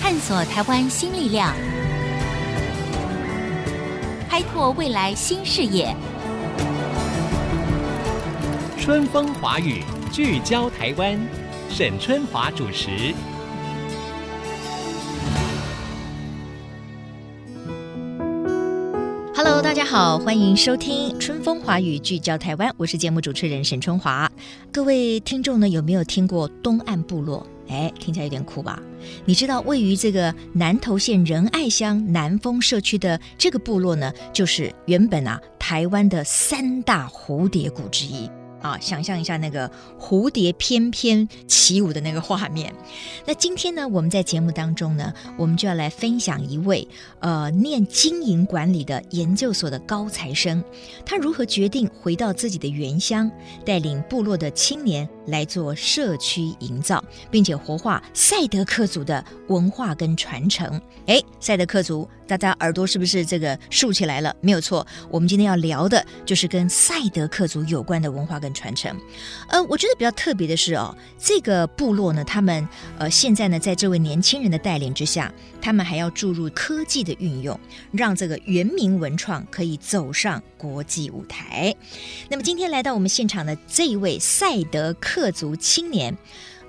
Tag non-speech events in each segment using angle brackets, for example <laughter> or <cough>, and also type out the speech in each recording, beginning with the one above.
探索台湾新力量，开拓未来新视野。春风华语聚焦台湾，沈春华主持。 Hello，大家好，欢迎收听《春风华语》，聚焦台湾，我是节目主持人沈春华。各位听众呢，有没有听过东岸部落？哎，听起来有点酷吧？你知道位于这个南投县仁爱乡南丰社区的这个部落呢，就是原本啊台湾的三大蝴蝶谷之一。啊，想象一下那个蝴蝶翩翩起舞的那个画面。那今天呢，我们在节目当中呢，我们就要来分享一位呃念经营管理的研究所的高材生，他如何决定回到自己的原乡，带领部落的青年来做社区营造，并且活化赛德克族的文化跟传承。哎，赛德克族，大家耳朵是不是这个竖起来了？没有错，我们今天要聊的就是跟赛德克族有关的文化跟传承。呃，我觉得比较特别的是哦，这个部落呢，他们呃现在呢，在这位年轻人的带领之下，他们还要注入科技的运用，让这个原民文创可以走上国际舞台。那么今天来到我们现场的这一位赛德克族青年，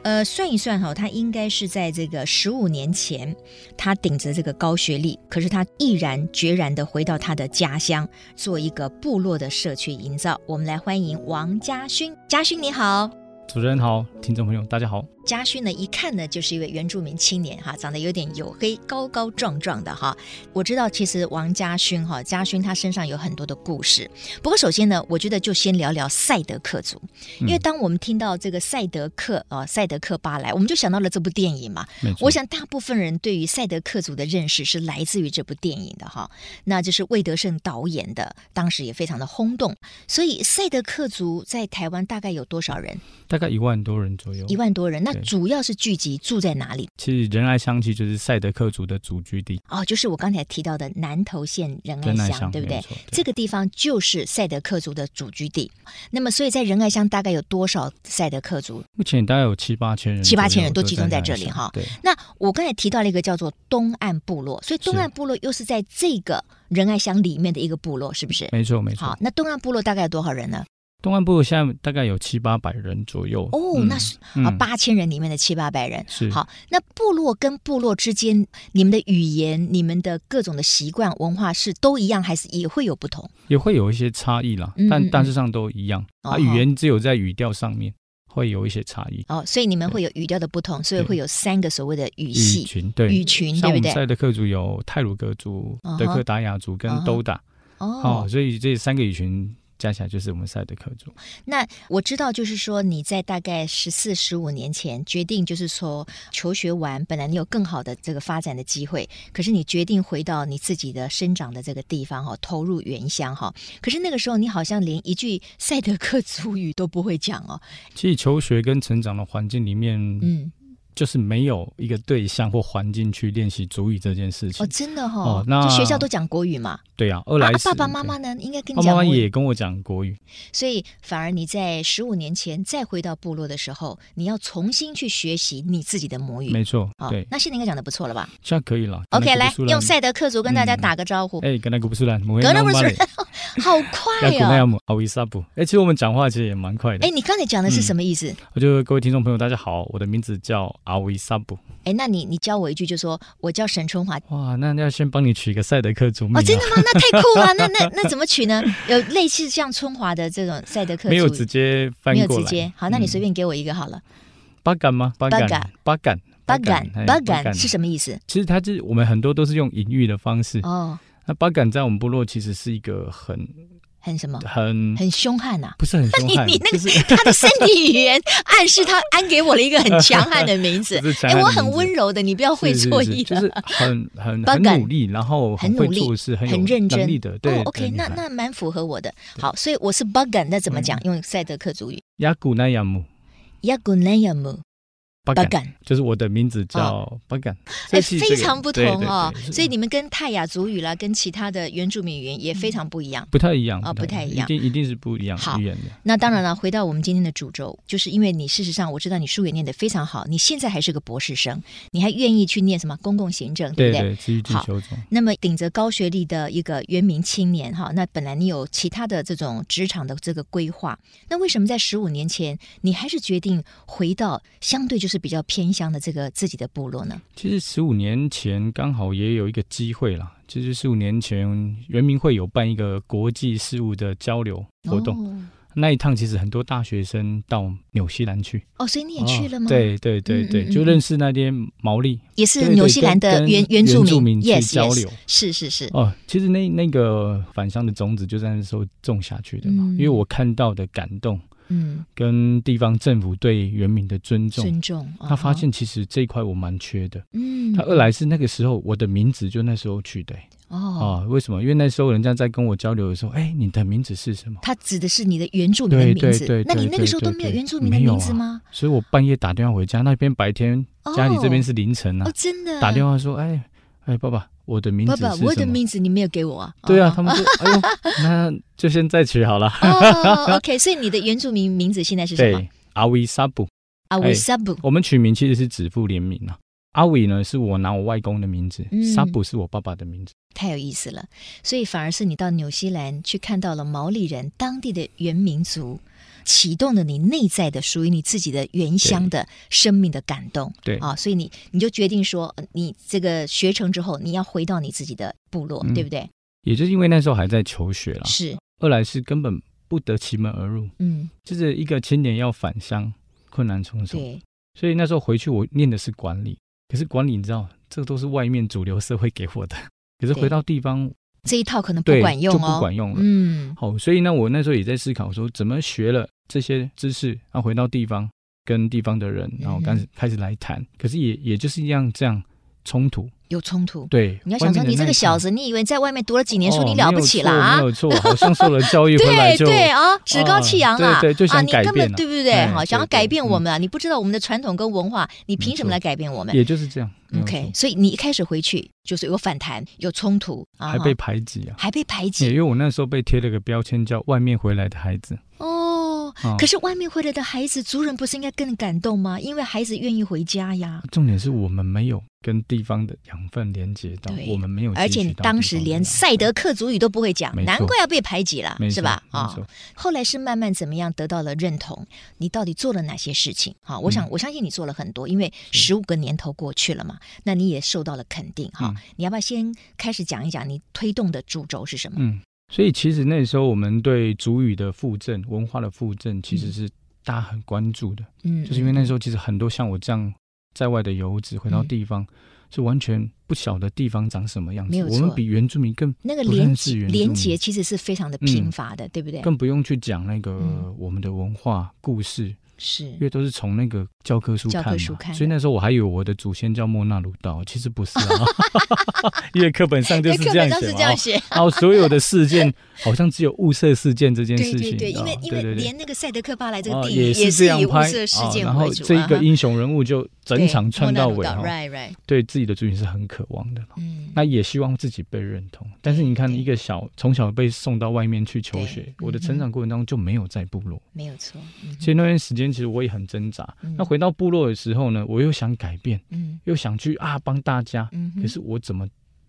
呃，算一算哈、他应该是在这个十五年前，他顶着这个高学历，可是他毅然决然的回到他的家乡，做一个部落的社区营造。我们来欢迎王家勋，家勋你好。主持人好，听众朋友大家好。家勋呢，一看呢就是一位原住民青年哈，长得有点黝黑，高高壮壮的哈。我知道其实王家勋哈，家勋他身上有很多的故事。不过首先呢，我觉得就先聊聊赛德克族，因为当我们听到这个赛德克啊、呃赛德克巴莱，我们就想到了这部电影嘛。没错，我想大部分人对于赛德克族的认识是来自于这部电影的哈，那就是魏德胜导演的，当时也非常的轰动。所以赛德克族在台湾大概有多少人？大概一万多人左右。一万多人，那嗯对主要是聚集住在哪里？其实仁爱乡其实就是赛德克族的祖居地，哦，就是我刚才提到的南投县仁爱仁爱乡，乡对不没对？错这个地方就是赛德克族的祖居地。那么，所以在仁爱乡大概有多少赛德克族？目前大概有七八千人左右，七八千人都集中在在这里仁爱乡哈对，那我刚才提到了一个叫做东岸部落，所以东是岸部落又是在这个仁爱乡里面的一个部落，是不是？没错没好错，。那东岸部落大概有多少人呢？东岸部落现在大概有七八百人左右。哦，嗯那是嗯啊，八千人里面的七八百人。是好，那部落跟部落之间，你们的语言、你们的各种的习惯、文化是都一样，还是也会有不同？也会有一些差异啦，嗯嗯但嗯大致上都一样。哦啊，语言只有在语调上面会有一些差异。哦，所以你们会有语调的不同，所以对会有三个所谓的语语系、群对，语群，对像我不们对？赛德克族有泰鲁格族嗯哼、德克达雅族跟嗯哼都达，哦哦，，所以这三个语群加起来就是我们赛德克族。那我知道，就是说你在大概十四、十五年前决定，就是说求学完，本来你有更好的这个发展的机会，可是你决定回到你自己的生长的这个地方哈，投入原乡哈。可是那个时候你好像连一句赛德克族语都不会讲哦，其实求学跟成长的环境里面，嗯，就是没有一个对象或环境去练习主语这件事情。哦，真的哈、哦那就学校都讲国语嘛，对啊，二啊来啊是、爸爸妈妈呢应该跟你对。爸讲妈国妈语，也跟我讲国语，所以反而你在十五年前再回到部落的时候，你要重新去学习你自己的母语。没错，哦对，，那现在应该讲的不错了吧？现在可以了。 OK，来用赛。赛德克族跟大家打个招呼。哎，跟那个不是啦，格格纳布斯， <laughs> 好要快古奈哦！姆奥伊萨布。哎，其实我们讲话其实也蛮快的哎，。你刚才讲嗯的是什么意思？我就各位听众朋友，大家好，我的名字叫阿维萨布。哎，那你你教我一句，就说我叫沈春华。哇，那要先帮你取一个赛德克族名啊哦，真的吗？那太酷 <laughs> 了！那那那怎么取呢？有类似像春华的这种赛德克族，没有直接翻没有过直来。接。好，那你嗯随便给我一个好了。巴感吗？巴巴感感，巴感，巴感，巴感是哎是。什么意思？其实它就是我们很多都是用隐喻的方式。哦，那巴感在我们部落其实是一个很很什么？很很凶悍呐！不是很凶 <laughs> 你悍，你那就个是他的身体语言暗示他安给我了一个很强悍的名字 <laughs> 不。是强哎，悍的我名字很温柔的，你不要会是是错是意啊就了。是很很巴感很努力，然后很努会力做事，哦很有很认真能力的。对哦，OK，对那女孩那蛮符合我的。好，所以我是嗯 b u g a n 那怎么讲？用赛德克族语雅古奈亚姆， y a g u n a y a m 巴巴干，干，就是我的名字叫巴干，哎，这是这非个常不同对对对哦。是所以你们跟泰雅族语啦，跟其他的原住民语言也非常不一样。不太一样哦不太一样一定一定是不一样好语言的。那当然了，回到我们今天的主轴，就是因为你事实上我知道你书也念得非常好，你现在还是个博士生，你还愿意去念什么公共行政，对不对？对，知遇进好修中，那么顶着高学历的一个原民青年哈，那本来你有其他的这种职场的这个规划，那为什么在十五年前你还是决定回到相对就是比较偏乡的这个自己的部落呢？其实十五年前刚好也有一个机会啦，就是十五年前圆明会有办一个国际事务的交流活动，哦那一趟其实很多大学生到纽西兰去，哦，所以你也去了吗？哦，对对对嗯对，嗯嗯就认识那些毛利，也是纽西兰对的对原跟原住原住民去 yes, 交 yes 流是是是，哦，其实那那个返乡的种子就在那时候种下去的嘛，嗯因为我看到的感动嗯，跟地方政府对原民的尊重，尊重。他发哦，现其实这一块我蛮缺的。嗯，他二来是那个时候我的名字就那时候取的、欸哦，啊、为什么？因为那时候人家在跟我交流的时候，哎、你的名字是什么？他指的是你的原住民的对名字。对对那你对那个时候对都没有对原住民的没有名字啊吗？所以我半夜打电话回家，那边白天，家里这边是凌晨啊，哦，真的打电话。话说，哎哎，爸爸，我的名字爸是什爸么？，我的名字你没有给我啊？对啊，哦他们说，<laughs> 哎呦，那就先再取好了。哦，OK，所以 <laughs> 你的原住民名字现在是什么？啊对，阿威沙布，阿维萨布，我们取名其实是指腹联名啊。阿伟呢，是我拿我外公的名字嗯，沙布是我爸爸的名字。太有意思了。所以反而是你到纽西兰去看到了毛利人当地的原民族，启动了你内在的属于你自己的原乡的生命的感动。对啊，所以你你就决定说，呃你这个学成之后，你要回到你自己的部落，嗯对不对？也就是因为那时候还在求学啦，是，二来是根本不得其门而入，嗯，就是一个青年要返乡，困难重重。对，所以那时候回去我念的是管理，可是管理你知道，这都是外面主流社会给我的， <laughs> 可是对回到地方，这一套可能不对，管用就哦，不管用了。嗯，好，所以呢，我那时候也在思考说，怎么学了这些知识，然、后回到地方跟地方的人，然后开嗯始开始来谈，可是也也就是一样这样冲突。有冲突。对，你要想说，外面的你这那个一小层子，你以为在外面读了几年书，哦你了不起了啊没？有错，没有错，好像受了教育回来对就对啊，趾高气扬啊，啊对对就想啊，你改根变本了对不对？哎好，对想要对改变嗯我们啊！你不知道我们的传统跟文化，你凭什么来改变我们也就是这样。没有？OK，错所以你一开始回去就是有反弹，有冲突啊，还被哈排挤啊。还被排也因挤为我那时候被贴了个标签，叫“外面回来的孩子哦。”啊。可是外面回来的孩子，族人不是应该更感动吗？因为孩子愿意回家呀。重点是我们没有跟地方的养分连接到对，我们没有汲取到地方的养分，而且你当时连赛德克族语都不会讲，没错难怪要被排挤了没，错是吧？啊、没错后来是慢慢怎么样得到了认同？你到底做了哪些事情？哈，我嗯想、我相信你做了很多，因为十五个年头过去了嘛，那你也受到了肯定哈、嗯你要不要先开始讲一讲你推动的主轴是什么？嗯，所以其实那时候我们对主语的复振、文化的复振，其实是大家很关注的，嗯，就是因为那时候其实很多像我这样在外的游子回到嗯地方，是完全不晓得地方长什么样没子，有错我们比原住民更那个不连认识结原住民连结其实是非常的贫乏的，对不对？更不用去讲那个、嗯我们的文化故事，因是为都是从那个教科书教看科嘛，书看的所以那时候我还以为我的祖先叫莫那鲁道，其实不是啊， <laughs> 因为课本上就是哎课这样哦本上是写嘛这。样写，然后所有的事件，好像只有物色事件 <laughs> 这件对事对情，对，因为啊因为对对连那个赛德克巴莱这哦个电影也是这样以物拍色事啊件然后为主、这啊个哈英雄人物就 <laughs> 整场对莫串纳到鲁尾道哦，right right，对自己的族群是很渴望的。嗯，那也希望自己被认同，但是你看，对一个小从小被送到外面去求学对，我的嗯哼成长过程当中就没有在部落。没有错，嗯其实那段时间，其实我也很挣扎。嗯那回到部落的时候呢，我又想改变，嗯又想去啊帮大家，嗯哼，可是我怎么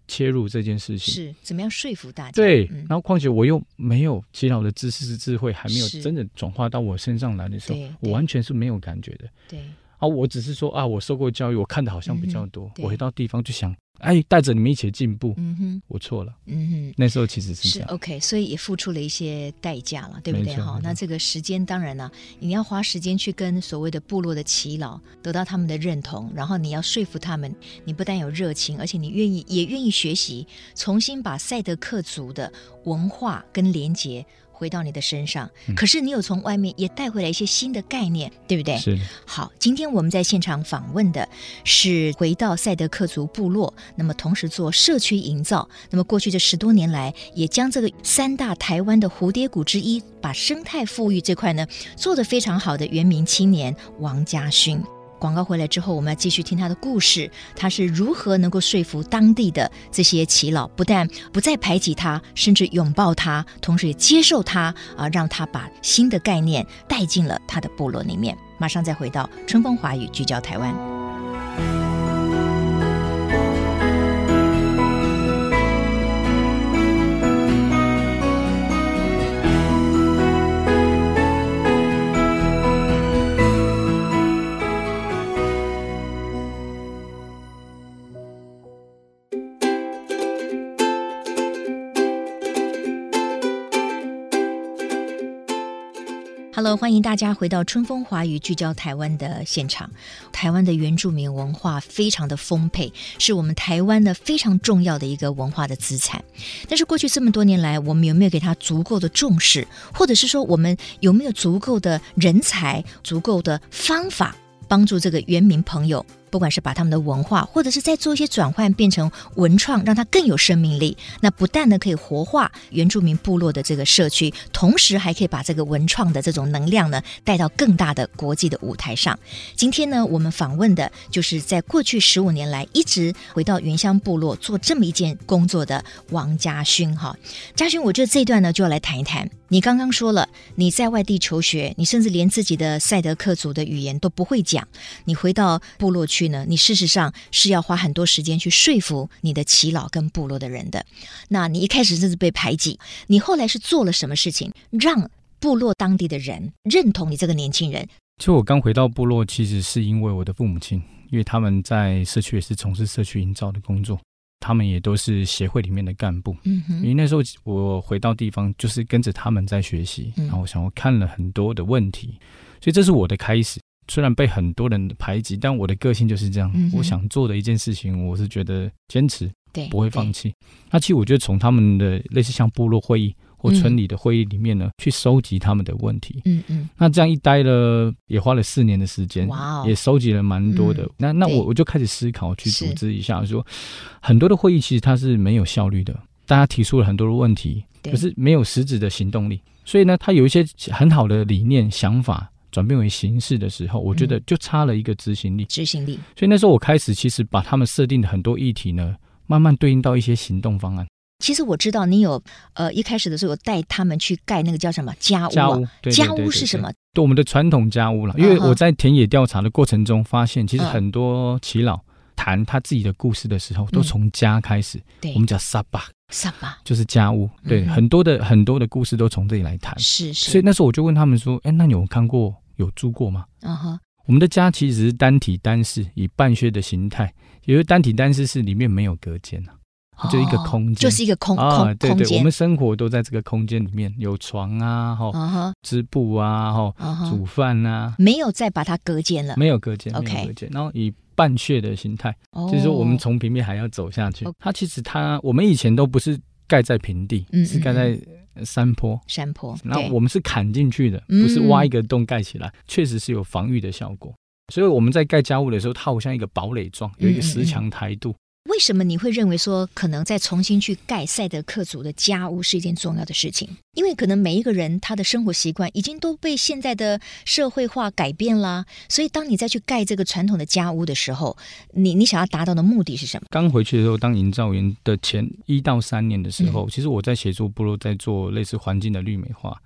切入这件事情？是怎么样说服大家？对，嗯然后况且我又没有祈祷的知识智慧，还没有是真的转化到我身上来的时候对，我对完全是没有感觉的。对，啊，我只是说啊，我受过教育，我看的好像比较多嗯，哼我对回到地方就想，哎，带着你们一起进步。嗯哼，我错了，嗯哼。那时候其实是这是样。 OK，所以也付出了一些代价了，对不对？没错哈没，错那这个时间当然呢，你要花时间去跟所谓的部落的耆老得到他们的认同，然后你要说服他们，你不但有热情，而且你愿意，也愿意学习，重新把赛德克族的文化跟连结回到你的身上。嗯可是你有从外面也带回来一些新的概念，对不对？是的，好，今天我们在现场访问的是回到赛德克族部落，那么同时做社区营造。那么过去这十多年来，也将这个三大台湾的蝴蝶谷之一，把生态富裕这块呢做得非常好的原民青年王家勋。广告回来之后，我们要继续听他的故事，他是如何能够说服当地的这些耆老，不但不再排挤他，甚至拥抱他，同时也接受他啊，让他把新的概念带进了他的部落里面。马上再回到春风华语聚焦台湾。Hello，欢迎大家回到春风华语聚焦台湾的现场。台湾的原住民文化非常的丰沛，是我们台湾的非常重要的一个文化的资产。但是过去这么多年来，我们有没有给它足够的重视，或者是说我们有没有足够的人才、足够的方法，帮助这个原民朋友，不管是把他们的文化，或者是再做一些转换，变成文创，让它更有生命力。那不但呢可以活化原住民部落的这个社区，同时还可以把这个文创的这种能量呢带到更大的国际的舞台上。今天呢，我们访问的就是在过去十五年来一直回到原乡部落做这么一件工作的王家勋哈。家勋，我觉得这一段呢就要来谈一谈。你刚刚说了，你在外地求学，你甚至连自己的赛德克族的语言都不会讲。你回到部落去呢，你事实上是要花很多时间去说服你的耆老跟部落的人的。那你一开始甚至被排挤，你后来是做了什么事情，让部落当地的人认同你这个年轻人？就我刚回到部落，其实是因为我的父母亲，因为他们在社区也是从事社区营造的工作，他们也都是协会里面的干部。嗯因哼，为那时候我回到地方，就是跟着他们在学习，嗯然后我想我看了很多的问题，所以这是我的开始。虽然被很多人排挤，但我的个性就是这样。嗯哼我想做的一件事情，我是觉得坚持，对，不会放对。弃。那其实我觉得从他们的类似像部落会议或村里的会议里面呢，去收集他们的问题。嗯嗯，那这样一待了，也花了四年的时间，哇哦也收集了蛮多的。嗯那那对我我就开始思考去是组织一下说很多的会议其实它是没有效率的，大家提出了很多的问题，对可是没有实质的行动力。所以呢，它有一些很好的理念、想法转变为形式的时候，我觉嗯得就差了一个执行力。执行力，所以那时候我开始其实把他们设定的很多议题呢，慢慢对应到一些行动方案。其实我知道你有，呃，一开始的时候有带他们去盖那个叫什么家屋、啊，家屋，对家屋是什？对对对么？对我们的传统家屋了，因为嗯哼我在田野调查的过程中发现，其实嗯很多耆老谈他自己的故事的时候，都从家开始。嗯对我，们叫沙巴，萨巴就是啊家屋。对，嗯哼很多的很多的故事都从这里来谈。是是，所以那时候我就问他们说：“哎，那你有看过有住过吗？”嗯哼，我们的家其实是单体单室，以半穴的形态，也就是单体单室是里面没有隔间啊，就一个哦空间就是一个空啊，空对空对，我间们，生活都在这个空间里面，有床啊，哈、嗯哼织布啊，哈、嗯哼，煮饭啊，没有再把它隔间了，没有隔间，没 OK 哦有隔间，然后以半穴的形态，就是说我们从平面还要走下去 OK。它其实它我们以前都不是盖在平地嗯嗯，是盖在呃山坡哦。山坡，然后对我们是砍进去的，嗯不是挖一个洞盖起来，确实是有防御的效果。所以我们在盖家务的时候，它好像一个堡垒状，有一嗯嗯个石墙台度。为什么你会认为说，可能再重新去盖赛德克族的家屋是一件重要的事情？因为可能每一个人他的生活习惯已经都被现在的社会化改变啦，所以当你再去盖这个传统的家屋的时候，你你想要达到的目的是什么？刚回去的时候，当营造员的前一到三年的时候，嗯其实我在协助部落在做类似环境的绿美化，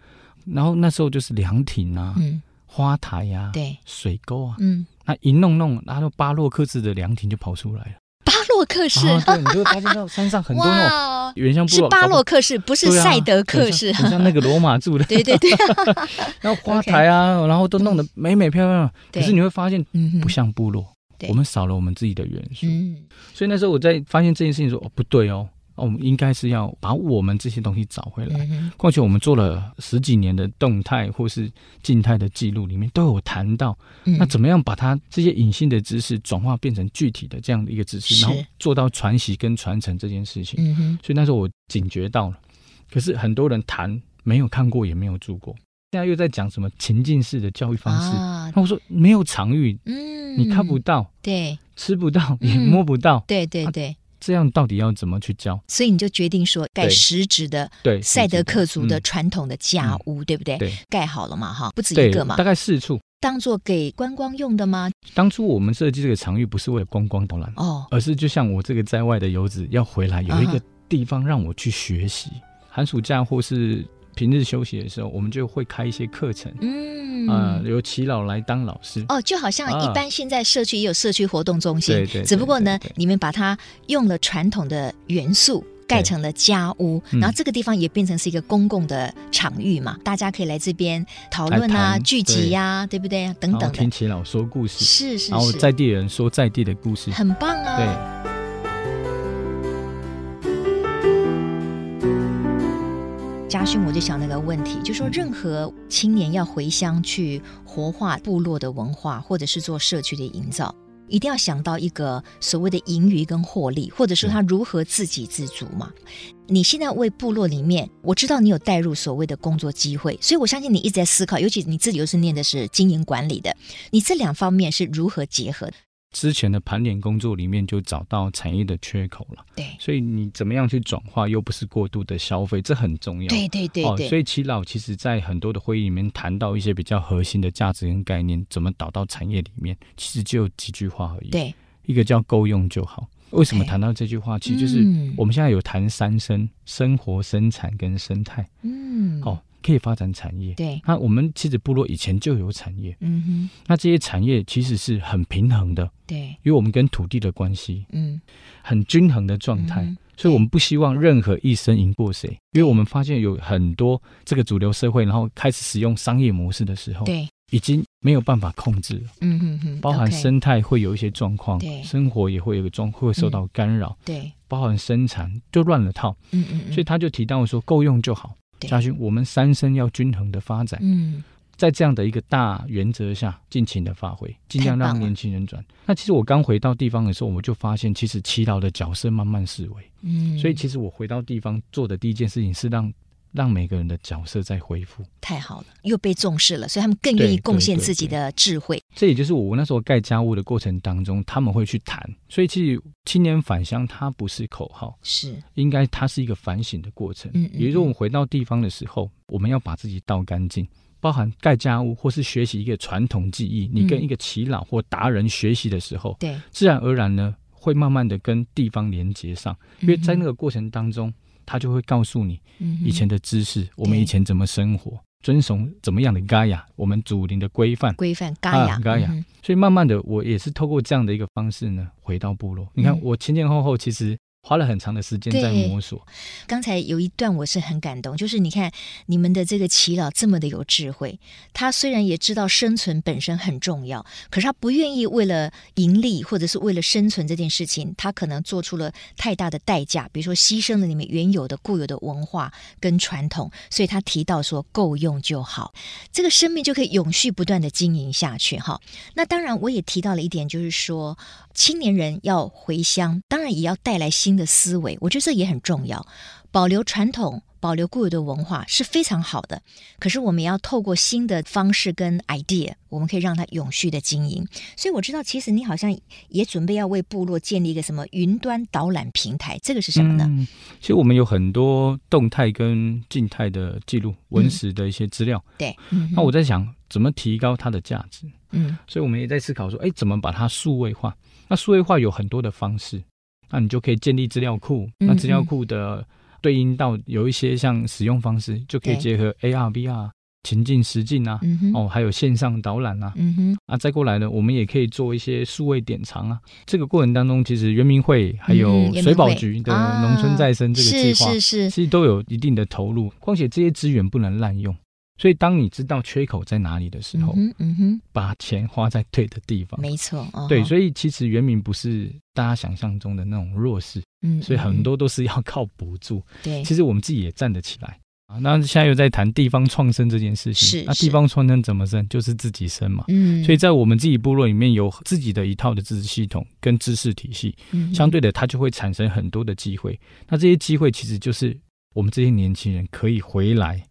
然后那时候就是凉亭啊、嗯，花台呀、啊、对，水沟啊，嗯，那一弄弄，然后巴洛克式的凉亭就跑出来了。巴洛克式，啊、对，你就会发现到山上很多那种哇哦，原乡部是落，巴洛克克式，不是赛德克式，，啊很像那个罗马住 <laughs> 的 <laughs> 对对对，然后花台啊，然后都弄得美美漂亮。可对是你会发现嗯哼不像部落对，我们少了我们自己的元素。嗯，所以那时候我在发现这件事情说，哦，不对哦，哦，我们应该是要把我们这些东西找回来。嗯哼况且我们做了十几年的动态或是静态的记录，里面都有谈到嗯那怎么样把它这些隐性的知识转化变成具体的这样的一个知识，是然后做到传习跟传承这件事情？嗯哼，所以那时候我警觉到了，可是很多人谈没有看过也没有住过，现在又在讲什么情境式的教育方式，啊，那我说没有场域，嗯，你看不到，对吃不到，嗯也摸不到，对对对，这样到底要怎么去教？所以你就决定说盖对实质的对，赛德克族的嗯传统的家屋，对不对？对盖好了嘛，哈，不止一对个嘛大，概四处。当做给观光用的吗？当初我们设计这个场域不是为了观光导览，哦，而是就像我这个在外的游子要回来，有嗯一个哼地方让我去学习。嗯寒暑假或是平日休息的时候，我们就会开一些课程，嗯，啊、由耆老来当老师。哦，就好像啊一般现在社区也有社区活动中心，对对对只不过呢对对，你们把它用了传统的元素。盖成了家屋，嗯然后这个地方也变成是一个公共的场域嘛，大家可以来这边讨论来啊、谈聚集呀、对不对啊？等然后等听的，耆老说故事，是是然后是，在地人说在地的故事。很棒啊。对，家训我就想那个问题，就说任何青年要回乡去活化部落的文化，或者是做社区的营造，一定要想到一个所谓的盈余跟获利，或者说他如何自给自足嘛。你现在为部落里面，我知道你有带入所谓的工作机会，所以我相信你一直在思考，尤其你自己又是念的是经营管理的，你这两方面是如何结合的？之前的盘点工作里面就找到产业的缺口了，对，所以你怎么样去转化，又不是过度的消费，这很重要。对对对对，哦，所以耆老其实在很多的会议里面谈到一些比较核心的价值跟概念，怎么导到产业里面，其实就几句话而已。，对，一个叫够用就好。为什么 OK 谈到这句话？其实就是嗯我们现在有谈三生：生活、生产跟生态。嗯，哦，可以发展产业。对，那我们其实部落以前就有产业，嗯哼，那这些产业其实是很平衡的，对，因为我们跟土地的关系嗯，很均衡的状态。嗯哼所以我们不希望任何一生赢过谁，因为我们发现有很多这个主流社会，然后开始使用商业模式的时候，对，已经没有办法控制了，嗯哼哼，包含 OK，生态会有一些状况对，生活也会有一个状况会受到干扰，对，包含生产就乱了套，嗯嗯，嗯所以他就提到说够用就好。对嘉勋，我们三生要均衡的发展，嗯，在这样的一个大原则下，尽情的发挥，尽量太让棒了年轻人转。那其实我刚回到地方的时候，我就发现，其实祈祷的角色慢慢式微。嗯，所以其实我回到地方做的第一件事情是让让每个人的角色在恢复。太好了，又被重视了，所以他们更愿意对贡献对对自己的智慧。这也就是我那时候盖家务的过程当中，他们会去谈。所以其实青年返乡它不是口号，是，应该它是一个反省的过程。嗯嗯也就是说，我们回到地方的时候，我们要把自己倒干净。包含盖家务或是学习一个传统技艺，你跟嗯一个耆老或达人学习的时候，对，自然而然呢，会慢慢的跟地方连接上，因为在那个个过程当中，他就会告诉你嗯以前的知识，我们以前怎么生活，遵从怎么样的 Gaia，我们祖灵的规范。规范嘎雅啊，Gaia 嗯所以慢慢的，我也是透过这样的一个方式呢，回到部落。你看嗯，我前前后后其实花了很长的时间在对摸索。刚才有一段我是很感动，就是你看你们的这个耆老这么的有智慧，他虽然也知道生存本身很重要，可是他不愿意为了盈利或者是为了生存这件事情，他可能做出了太大的代价，比如说牺牲了你们原有的固有的文化跟传统，所以他提到说够用就好，这个生命就可以永续不断的经营下去哈。那当然，我也提到了一点，就是说青年人要回乡，当然也要带来新的思维，我觉得这也很重要。保留传统、保留固有的文化是非常好的，可是我们也要透过新的方式跟 idea，我们可以让它永续的经营。所以我知道，其实你好像也准备要为部落建立一个什么云端导览平台，这个是什么呢？嗯？其实我们有很多动态跟静态的记录、文史的一些资料。对，嗯哼那我在想，怎么提高它的价值？嗯所以我们也在思考说，哎，怎么把它数位化？那数位化有很多的方式，那你就可以建立资料库，嗯那资料库的对应到有一些像使用方式，就可以对结合 AR、VR、情境、实境啊，嗯哼哦，还有线上导览啊，嗯哼啊，再过来呢，我们也可以做一些数位典藏啊。这个过程当中，其实原民会还嗯有原民水保会局的啊农村再生这个计是划，是是，其实都有一定的投入。况且这些资源不能滥用，所以当你知道缺口在哪里的时嗯候，哼嗯哼，把钱花在对的地方。没错，哦、对，以所以其实原民不是大家想象中的那种弱势，嗯，所以很嗯多都是要靠补助。嗯对其实我们自己也站得起来啊。那现在又在谈地方创生这件事情，是那是地方创生怎么生？就是自己生嘛。嗯，所以在我们自己部落里面有自己的一套的知识系统跟知识体系，嗯相对的它就会产生很多的机会。那这些机会其实就是我们这些年轻人可以回来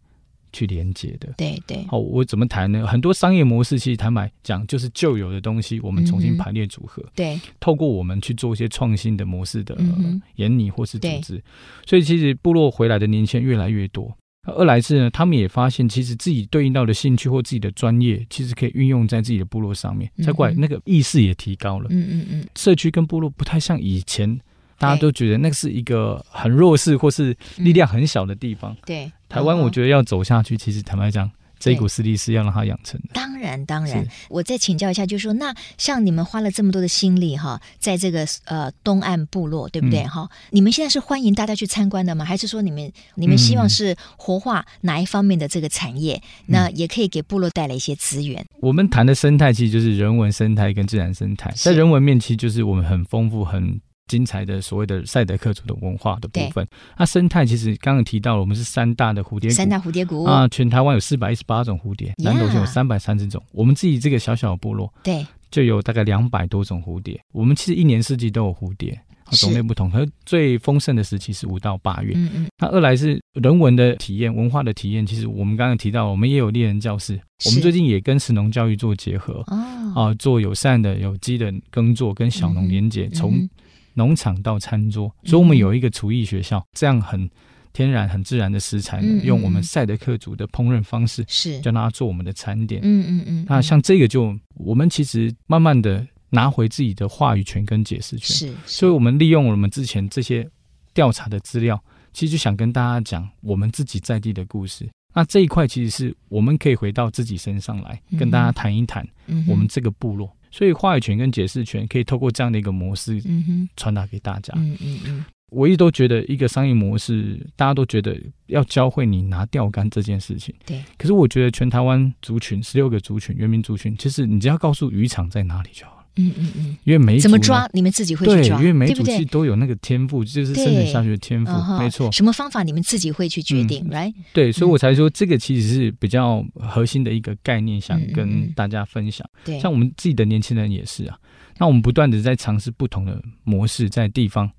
去连接的。对对好，我怎么谈呢？很多商业模式其实坦白讲就是旧有的东西，我们重嗯哼新排列组合，对，透过我们去做一些创新的模式的嗯哼呃研拟或是组织。所以其实部落回来的年轻人越来越多。二来是呢，他们也发现，其实自己对应到的兴趣或自己的专业，其实可以运用在自己的部落上面。嗯哼再过来，那个意识也提高了。嗯嗯嗯，社区跟部落不太像以前，大家都觉得那是一个很弱势或是嗯力量很小的地方。对。哦台湾，我得。觉得要走下去，其实坦白讲，这一股势力是要让它养成的。当然，当然是，我再请教一下，就是说，那像你们花了这么多的心力哈，在这个呃东岸部落，对不对嗯哈、你们现在是欢迎大家去参观的吗？还是说你们你们希望嗯是活化哪一方面的这个产业？那也可以给部落带来一些资源。我们谈的生态其实就是人文生态跟自然生态，是在人文面其实就是我们很丰富、很精彩的所谓的赛德克族的文化的部分。那生态其实刚刚提到了，我们是三大的蝴蝶谷三大蝴蝶谷，啊，全台湾有四百一十八种蝴蝶，南斗 Yeah 县有三百三十种。我们自己这个小小的部落对，就有大概两百多种蝴蝶，我们其实一年四季都有蝴蝶。啊是种类不同，和最丰盛的时期是五到八月。嗯嗯，那二来是人文的体验、文化的体验。其实我们刚刚提到，我们也有猎人教室，是我们最近也跟神农教育做结合，哦，啊、做友善的、有机的耕作，跟小嗯农哼连接，嗯从农场到餐桌，所以我们有一个厨艺学校，这样很天然、很自然的食材呢，嗯嗯用我们嗯赛德克族的烹饪方式，是，叫它做我们的餐点。嗯嗯嗯，那像这个就，我们其实慢慢的拿回自己的话语权跟解释权，是，是所以我们利用我们之前这些调查的资料，其实就想跟大家讲我们自己在地的故事。那这一块其实是我们可以回到自己身上来，跟大嗯家哼谈一谈。嗯哼我们这个部落，所以话语权跟解释权可以透过这样的一个模式嗯哼传达给大家。嗯嗯嗯，我一直都觉得一个商业模式，大家都觉得要教会你拿钓竿这件事情。对，可是我觉得全台湾族群十六个族群，原民族群，其实你只要告诉渔场在哪里就好了，嗯嗯嗯，因为每一怎么族呢抓？？你们自己会对去，抓，因为每一对不组戏对？都有那个天赋，就是生对存下去的天赋嗯，哈没错。什么方法你们自己会去决嗯定，right？对，所以嗯我才说这个其实是比较核心的一个概念，想嗯嗯跟嗯大家分享。对，像我们自己的年轻人也是啊，那我们不断的在尝试不同的模式，在地方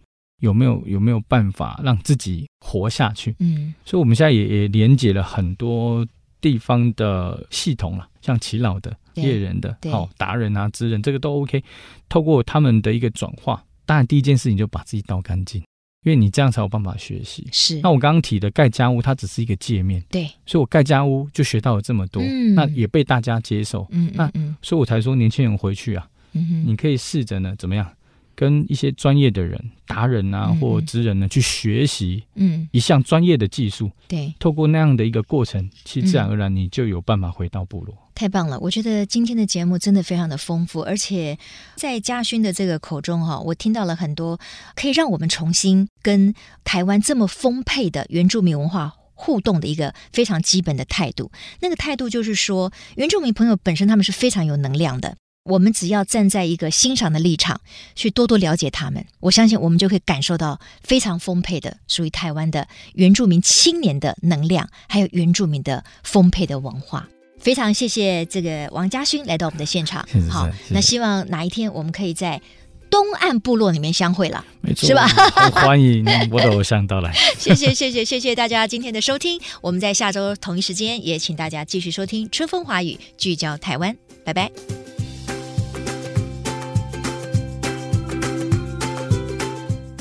有没有有没有办法让自己活下去？嗯所以我们现在也也连接了很多地方的系统了、像耆老的、对猎人的、对好、达人啊、知人，这个都 OK。透过他们的一个转化，当然第一件事情就把自己倒干净，因为你这样才有办法学习。是，那我刚刚提的盖家屋，它只是一个界面，对，所以我盖家屋就学到了这么多，嗯那也被大家接受。嗯那嗯嗯所以我才说年轻人回去啊，嗯哼你可以试着呢怎么样，跟一些专业的人、达人啊嗯或职人呢去学习嗯，一项专业的技术，对，透过那样的一个过程，其实自嗯然而然你就有办法回到部落。太棒了！我觉得今天的节目真的非常的丰富，而且在嘉勋的这个口中哈、我听到了很多可以让我们重新跟台湾这么丰沛的原住民文化。互动的一个非常基本的态度，那个态度就是说，原住民朋友本身他们是非常有能量的，我们只要站在一个欣赏的立场去多多了解他们，我相信我们就可以感受到非常丰沛的属于台湾的原住民青年的能量，还有原住民的丰沛的文化。非常谢谢这个王家勋来到我们的现场，谢谢好谢，谢那希望哪一天我们可以在东岸部落里面相会了。没是吧 <laughs> 很欢迎我的偶像到来。谢谢谢谢谢谢大家今天的收听，我们在下周同一时间也请大家继续收听《春风华语》，聚焦台湾，拜拜。